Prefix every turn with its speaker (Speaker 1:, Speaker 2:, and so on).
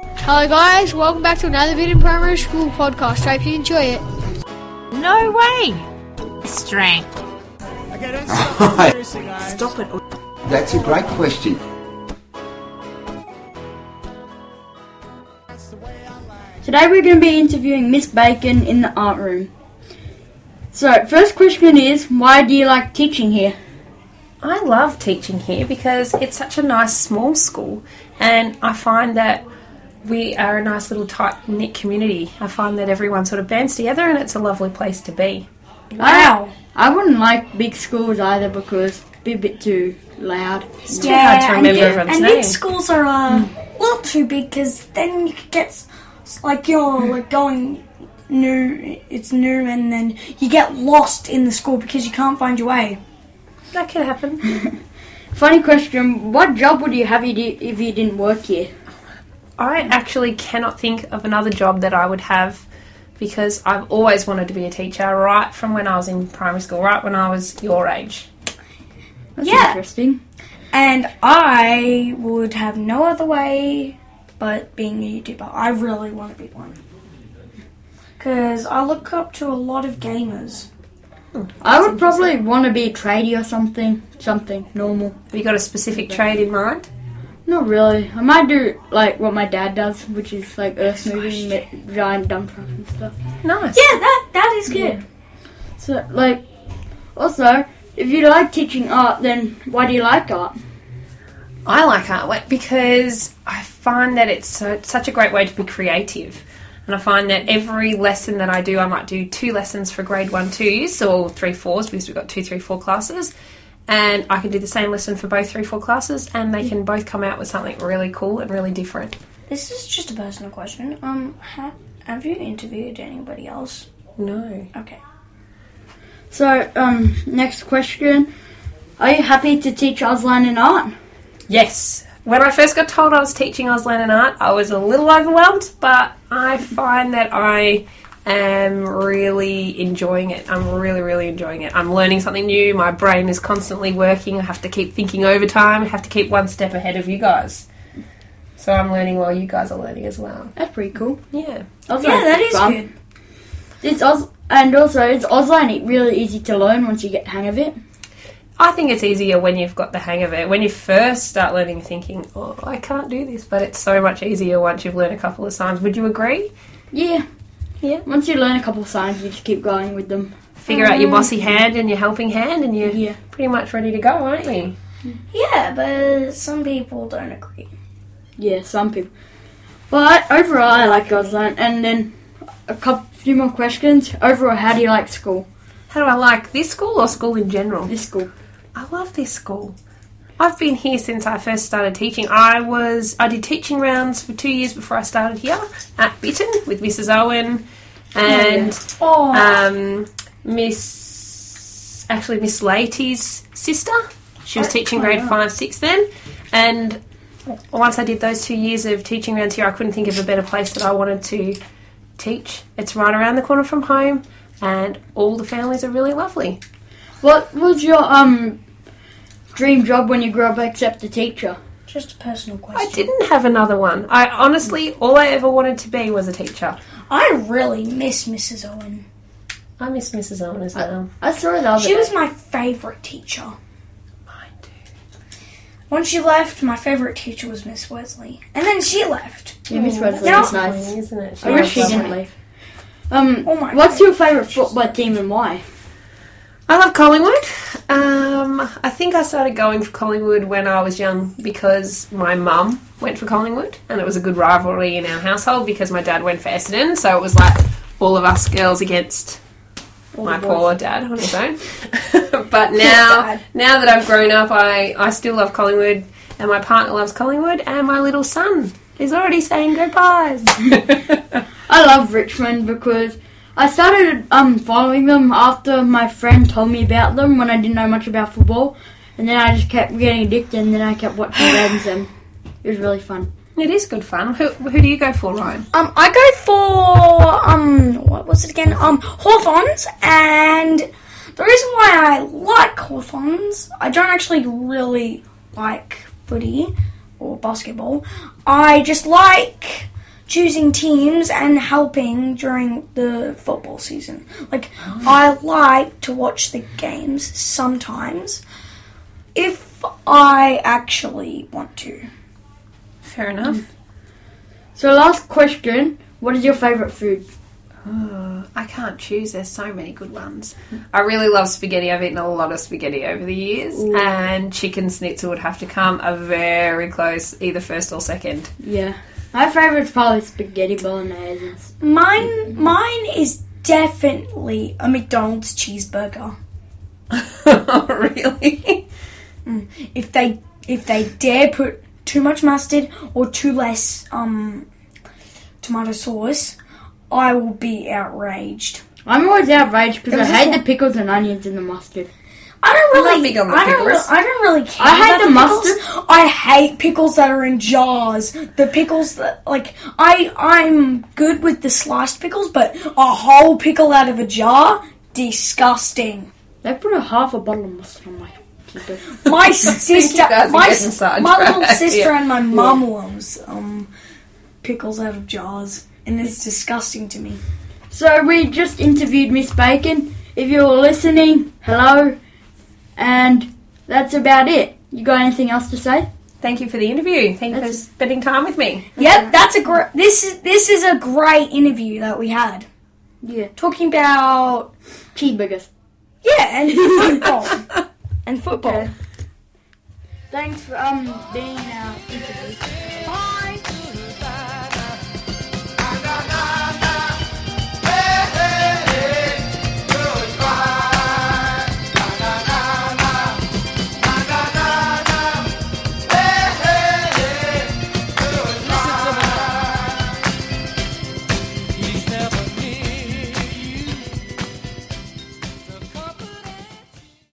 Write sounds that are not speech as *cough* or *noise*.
Speaker 1: Hello, guys. Welcome back to another Bit in Primary School podcast. Hope you enjoy it.
Speaker 2: No way! Strength.
Speaker 3: Okay, don't stop. me. Seriously, guys.
Speaker 4: Stop it. or-
Speaker 5: That's a great question.
Speaker 3: That's the way I like.
Speaker 6: Today we're going to be interviewing Miss Bacon in the art room. So, first question is, why do you like teaching here?
Speaker 4: I love teaching here because it's such a nice small school, and I find that we are a nice little tight knit community. I find that everyone sort of bands together, and it's a lovely place to be.
Speaker 6: Wow. I, wouldn't like big schools either because it'd be a bit too loud.
Speaker 4: It's too hard to remember everyone's
Speaker 7: and
Speaker 4: name. Hmm.
Speaker 7: mid schools are uh, a little too big because then you could get s- s- like you're like going new, it's new, and then you get lost in the school because you can't find your way.
Speaker 4: That could happen.
Speaker 6: Funny question, what job would you have you di- if you didn't work here?
Speaker 4: I actually cannot think of another job that I would have because I've always wanted to be a teacher right from when I was in primary school, right when I was your age.
Speaker 6: That's
Speaker 7: Yeah.
Speaker 6: interesting.
Speaker 7: And I would have no other way but being a YouTuber. I really want to be one because I look up to a lot of gamers.
Speaker 6: I would probably want to be a tradie or something. Something normal.
Speaker 4: Have you got a specific trade in mind?
Speaker 6: Not really. I might do like what my dad does, which is like earth moving, mi- giant dump trucks and stuff.
Speaker 4: Nice.
Speaker 7: Yeah, that that is good.
Speaker 6: So, like, also, if you like teaching art, then why do you like art?
Speaker 4: I like artwork because I find that it's so, such a great way to be creative. And I find that every lesson that I do, I might do two lessons for grade one twos or three fours because we've got two, three, four classes. And I can do the same lesson for both three, four classes, and they can both come out with something really cool and really different.
Speaker 7: This is just a personal question. Um, ha- have you interviewed anybody else?
Speaker 4: No.
Speaker 7: Okay.
Speaker 6: So, um, next question. Are you happy to teach Auslan in art?
Speaker 4: Yes. When I first got told I was teaching Auslan and art, I was a little overwhelmed, but I find that I am really enjoying it. I'm really, really enjoying it. I'm learning something new. My brain is constantly working. I have to keep thinking overtime. I have to keep one step ahead of you guys. So I'm learning while you guys are learning as well.
Speaker 6: That's pretty cool.
Speaker 4: Yeah.
Speaker 6: Auslan
Speaker 7: Yeah, that is
Speaker 6: fun.
Speaker 7: good.
Speaker 6: It's um, Aus- and also, it's Auslan really easy to learn once you get the hang of it.
Speaker 4: I think it's easier when you've got the hang of it. When you first start learning, you're thinking, oh, I can't do this, but it's so much easier once you've learned a couple of times. Would you agree?
Speaker 6: Yeah.
Speaker 4: Yeah.
Speaker 6: Once you learn a couple of signs, you just keep going with them.
Speaker 4: figure out your bossy hand and your helping hand, and you're
Speaker 6: Yeah.
Speaker 4: pretty much ready to go, aren't you?
Speaker 7: Yeah, but some people don't agree.
Speaker 6: Yeah, some people. But overall, I like Auslan. And then a couple, few more questions. Overall, how do you like school?
Speaker 4: How do I like this school or school in general?
Speaker 6: This school.
Speaker 4: I love this school. I've been here since I first started teaching. I was I did teaching rounds for two years before I started here at Bitten with Mrs. Owen and
Speaker 7: Oh,
Speaker 6: Uh,
Speaker 4: um, Miss actually Miss Laty's sister. She
Speaker 6: Oh,
Speaker 4: was teaching grade five, six then, and once I did those two years of teaching rounds here, I couldn't think of a better place that I wanted to teach. It's right around the corner from home, and all the families are really lovely.
Speaker 6: What was your um dream job when you grew up except the teacher?
Speaker 7: just a personal
Speaker 4: I
Speaker 7: question.
Speaker 4: didn't have another one. I honestly, all I ever wanted to be was a teacher.
Speaker 7: I really miss Mrs. Owen.
Speaker 4: I miss um, Mrs. Owen as well.
Speaker 6: I saw the other
Speaker 7: She was
Speaker 6: day.
Speaker 7: my favourite teacher.
Speaker 4: Mine too.
Speaker 7: When she left, my favourite teacher was Miss Wesley. And then she left.
Speaker 6: Yeah, Miss Wesley
Speaker 7: Yeah.
Speaker 6: was nice.
Speaker 4: Isn't it?
Speaker 6: I wish she
Speaker 4: was
Speaker 6: didn't
Speaker 4: lovely.
Speaker 6: leave. Um,
Speaker 7: Oh my
Speaker 6: what's
Speaker 7: God.
Speaker 6: your favourite football team and why?
Speaker 4: I love Collingwood. Um, I think I started going for Collingwood when I was young because my mum went for Collingwood, and it was a good rivalry in our household because my dad went for Essendon, so it was like all of us girls against my poor dad on his *laughs* own. but now,
Speaker 7: dad.
Speaker 4: now that I've grown up, I, I still love Collingwood, and my partner loves Collingwood, and my little son is already saying go *laughs* pies.
Speaker 6: I love Richmond because I started um following them after my friend told me about them when I didn't know much about football, and then I just kept getting addicted, and then I kept
Speaker 7: *sighs*
Speaker 6: watching games, and it was really fun.
Speaker 4: it is good fun. Who, who do you go for, Ryan?
Speaker 7: Um, I go for, um, what was it again? Um, Hawthorns. And the reason why I like Hawthorns, I don't actually really like footy or basketball. I just like choosing teams and helping during the football season. Like I like to watch the games sometimes if I actually want to.
Speaker 4: Fair enough.
Speaker 6: So last question: What is your favorite food?
Speaker 4: Oh, I can't choose. There's so many good ones. I really love spaghetti. I've eaten a lot of spaghetti over the years, and chicken schnitzel would have to come a very close, either first or second. *laughs*
Speaker 6: Yeah, my favorite is probably spaghetti bolognese.
Speaker 7: Mine mine is definitely a McDonald's cheeseburger.
Speaker 4: really?
Speaker 7: If they if they dare put too much mustard or too less um tomato sauce, I will be outraged.
Speaker 6: I'm always outraged because
Speaker 7: There
Speaker 6: I
Speaker 7: was this
Speaker 6: hate
Speaker 7: one-
Speaker 6: the pickles and onions and the mustard.
Speaker 7: I don't
Speaker 4: I'm not
Speaker 7: really.
Speaker 4: big on the
Speaker 7: I don't. re-
Speaker 4: pickles.
Speaker 7: I don't really care.
Speaker 6: I hate
Speaker 7: about
Speaker 6: the
Speaker 7: pickles. I hate pickles that are in jars. The pickles that like I I'm good with the sliced pickles, but a whole pickle out of a jar, disgusting.
Speaker 6: They put a half a bottle of mustard on my cheeseburger.
Speaker 4: *laughs*
Speaker 7: My sister,
Speaker 4: guys are
Speaker 7: my,
Speaker 4: getting
Speaker 7: s-
Speaker 4: sidetracked.
Speaker 7: my little sister
Speaker 4: Yeah.
Speaker 7: and my mum loves um pickles out of jars, and it's disgusting to me.
Speaker 6: So we just interviewed Miss Bacon. If you're listening, hello. And that's about it. You got anything else to say?
Speaker 4: Thank you for the interview. Thank you for
Speaker 6: That's-
Speaker 4: spending time with me.
Speaker 7: Yep, that's a great. This is this is a great interview that we had
Speaker 6: Yeah.
Speaker 7: talking about
Speaker 6: Cheeseburgers.
Speaker 7: yeah
Speaker 4: *laughs*
Speaker 7: and football and football.
Speaker 6: Thanks for um being our interview.